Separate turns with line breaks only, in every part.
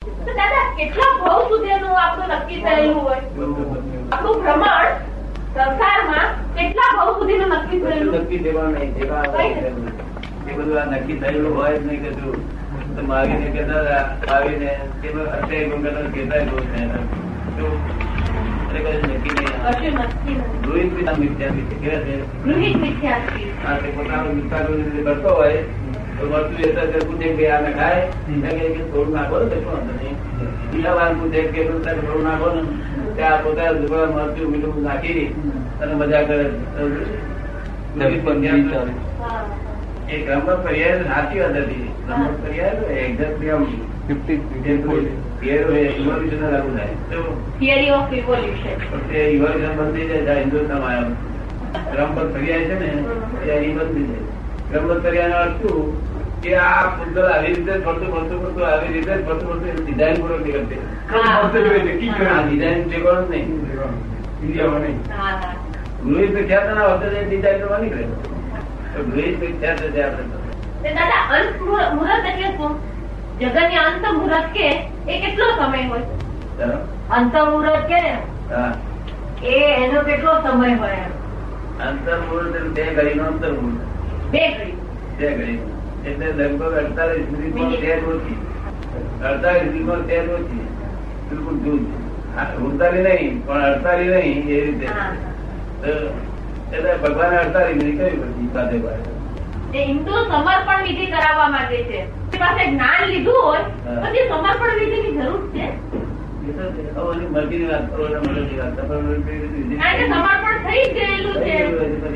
તો દાદા કેટલા ભાવ સુધીનું આપણું નક્કી થયેલું હોય આપણું ભ્રમણ સંસારમાં કેટલા ભાવ સુધીનું નક્કી થયેલું
નક્કી દેવાનું નહીં દેવા એ બધું આ નક્કી થયેલું હોય જ નહીં કશું તો માવીને કહેતા હતા, માવીને તેનો અત્યારે ગંગાધર કહેતા જ હોય ને. તો એટલે કશું નક્કી નહીં
કશું નક્કી નથી
રોહિત પિતા મિથ્યા મિત્ર કેવા છે
ગૃહિત મિથ્યાથી
આ તે પોતાનો વિસ્તારો રીતે કરતો હોય તો વસ્તુ એ તો કે પૂછે કે આ નખાય ત્યાં કહે કે થોડું નાખો ને કશું વાંધો નહીં બીજા વાર પૂછે કે પેલું તારે થોડું નાખો ને ત્યાં પોતાના ઝૂંપડા મરચું મીઠું નાખી અને મજા કરે તો દરેક બંધ્યાન તો
હા.
એ ક્રમમાં ફરિયાદ સાચી વાત હતી ક્રમમાં ફરિયાદ exactly આમ જે કોઈ ફેર હોય એ evolution જ આવું થાય. તો
Theory of evolution.
પણ તે evolution બંધ થઈ જાય જ્યારે હિન્દુસ્તાનમાં આવ્યો. ક્રમ પર ફરિયાદ છે ને ત્યારે એ બંધ થઈ જાય. ક્રમ પર ફરિયાદનો અર્થ શું? કે આ પૂતગલ આવી રીતે જ ફરતું ફરતું ફરતું આવી રીતે જ ફરતું ફરતું ડિઝાઇન પૂર્વક નીકળશે
હા.
આ ડિઝાઇન ટેકવાનું જ નહીં ઇન્ડિયામાં નહીં
હા, હા.
ગૃહિત વિખ્યાત ના હોતે તે ડિઝાઇન કરવા નીકળે તો ગૃહિત વિખ્યાત છે આપણે તો.
તે દાદા અંત મુહૂર્ત મુહૂર્ત એટલે શું જગતની અંત મુહૂર્ત કે એ કેટલો સમય હોય
ચાલો.
અંત મુહૂર્ત કે ને,
હા
એ એનો કેટલો સમય હોય એમ?
અંતર્મૂળ એટલે બે ઘડીનો અંતર્મૂળ
બે ઘડી
બે ઘડીનો. એટલે લગભગ અડતાલીસ મિનિટમાં
મિનિટ.
તેલ ઓછી અડતાલીસ મિનિટમાં તેલ ઓછી બિલકુલ દૂધ હા, ઉડતાલી નહીં પણ અડતાલી નહીં એ રીતે
હા.
તો એટલે ભગવાને અડતાલી મિનિટ કરી પછી સાથે પાસે
તે હિન્દુ સમર્પણ વિધિ કરાવવા માંગે છે તે પાસે જ્ઞાન લીધું હોય
હા.
તો તે સમર્પણ વિધિની જરૂર છે
એ તો છે. હવે ઓલી મરજીની વાત કરો એટલે મરજીની વાત. તમારે ઓલી પેલી બીજી-
કારણ કે સમર્પણ થઈ જ ગયેલું છે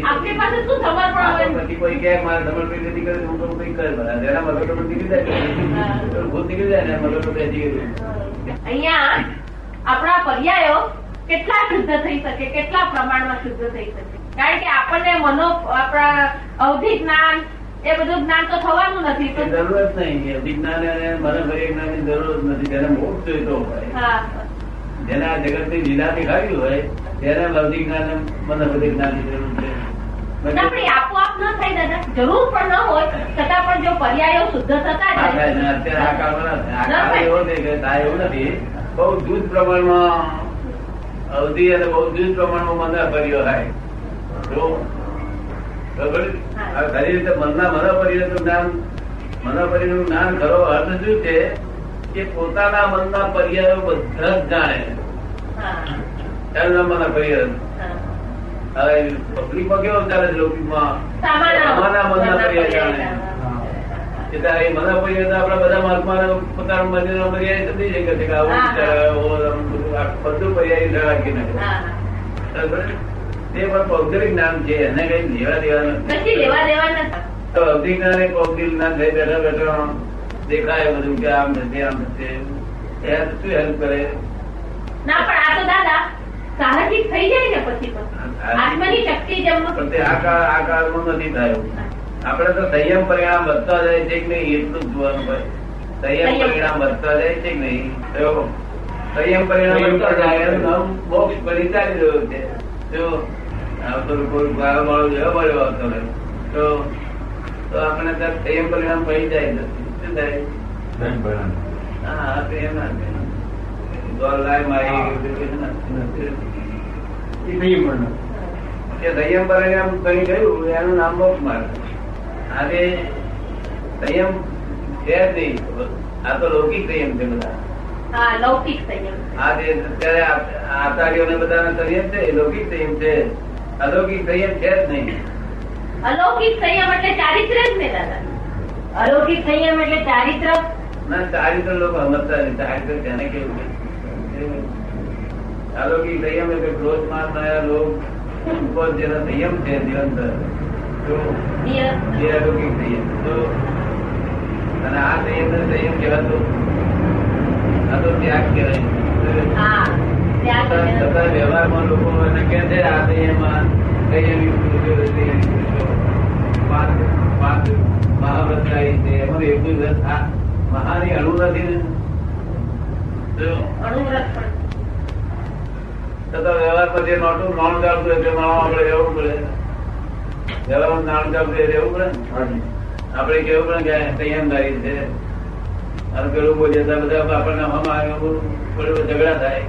આપણી પાસે શું સમર્પણ
આ તો
હોય
પછી કોઈ કહે, મારે ધમણ પેલી નથી કરવી, હું કહું, કંઈ કર ભલા. જેના મગજ ઉપર નીકળી જાય
હા.
ને, તો ભૂત નીકળી જાય ને, મગજ ઉપર બેસી ગયું.
અહીંયા આપણા પર્યાયો કેટલા શુદ્ધ થઈ શકે કેટલા પ્રમાણમાં શુદ્ધ થઈ શકે કારણ કે આપણને મનો આપણા અવધિ જ્ઞાન એ બધું જ્ઞાન તો થવાનું નથી
એ
તો
જરૂર જ નહીં એ વિજ્ઞાન અને મનોભરી જ્ઞાનની જરૂર જ નથી જેને મોક્ષ જોઈતો હોય
હા
જેને આ જગતની લીલા દેખાડી હોય તેને લૌકિક જ્ઞાન અને મનોભરી જ્ઞાનની જરૂર છે
ના, પણ એ આપોઆપ ન થાય દાદા જરૂર પણ ન હોય છતાં પણ જો પર્યાયો શુદ્ધ થતા
આ થાય ને,
જાય
અત્યારે આ કાળમાં ના થાય. આ કાળ એવો છે કે થાય એવું નથી બહુ જૂથ પ્રમાણમાં અવધિ અને બહુ જૂથ પ્રમાણમાં મનોભર્યો થાય જો ખબર? આ ખરી રીતે મનના મનોપરિયનું જ્ઞાન મનોપરિયનું જ્ઞાન ખરો અર્થ શું છે કે પોતાના મનના પર્યાયો બધા જ જાણે
હા
એમના મનના પર્યાય
હા.
હવે પબ્લિકમાં કેવો ચાલે છે લૌકિકમાં
સામાના
સામાના મનના પર્યાય જાણે
હા.
એટલે આ એ મનના પર્યાય તો આપણા બધા મહાત્માના પોતાના મંદિરના પર્યાય સમજી શકે છે કે આવું
હા.
વિચાર, આવું આમ બધું આ બધું પર્યાય ધરાકી નાખે બરાબર? તે પણ પૌદ્ગલિક જ્ઞાન છે એને કઈ લેવા દેવા નથી
પછી લેવા દેવા નથી
તો અધિકારે પબ્લિક ના થઈ બેઠા બેઠા દેખાય બધું કે આમ નથી આમ નથી એ શું હેલ્પ કરે
ના પણ આ તો દાદા સાહજિક થઈ જાય ને પછી તો આત્માની શક્તિ જેમ
પણ તે આ કાળ આ કાળમાં નથી થયું આપણે તો સંયમ પરિણામ વધતા જાય છે કે નહીં એટલું જ જોવાનું હોય સંયમ
સંયમ.
પરિણામ વધતા જાય છે કે નહીં તો સંયમ પરિણામ
સંયમ
વધતા જાય એનું
પરિણામ.
નામ મોક્ષ પડી ચાલી રહ્યું છે જો આ તો કોઈ ગાળો વાળો જેવો મળ્યો આવતો રહ્યો તો તો આપણે ત્યાં સંયમ પરિણામ પડી જાય નથી શું થાય હા તો એમ ના થાય. દોડ લાય મારી
હા.
એ બધું ના. કે સંયમ પરિણામ કરી ગયું એનું નામ મોક્ષ માર્ગ આજે સંયમ છે જ નહીં આ તો લૌકિક સંયમ છે બધા
હા લૌકિક સંયમ
આ જે અત્યારે આ- આચાર્યોને બધાને સંયમ છે એ લૌકિક સંયમ છે અલૌકિક સંયમ છે જ નહીં
અલૌકિક સંયમ એટલે ચારિત્ર જ ને દાદા અલૌકિક સંયમ એટલે ચારિત્ર
ના ચારિત્ર લોકો સમજતા નથી ચારિત્ર તેને કેવું છે અલૌકિક સંયમ એટલે ક્રોધ મારનારા લોક ઉપર જેનો સંયમ છે નિરંતર તો
નિયત.
એ અલૌકિક સંયમ. તો અને આ સંયમનો સંયમ કહેવાતો આ તો ત્યાગ કહેવાય.
હા ત્યાં
છતાં-
સંયમ.
છતાં વ્યવહારમાં લોકો એને કહે છે આ સંયમમાં સંયમી પુરુષો, સંયમી પુરુષો. પાંચ પાંચ મહાવ્રતરાય છે એમાં એટલું જ આ મહાની અણુ નથી ને તો
અણુવ્રત પણ
છતાં વ્યવહારમાં જે નોટું નોન ચાલતું એટલે નાણું આપણે રહેવું પડે વ્યવહારમાં નાણું ચાલતું એ રહેવું પડે ને? આપણે કેવું પણ કે સંયમદારી છે અને પેલું બોલીએ તો બધા આપણને હમ આવ્યો ઝઘડા થાય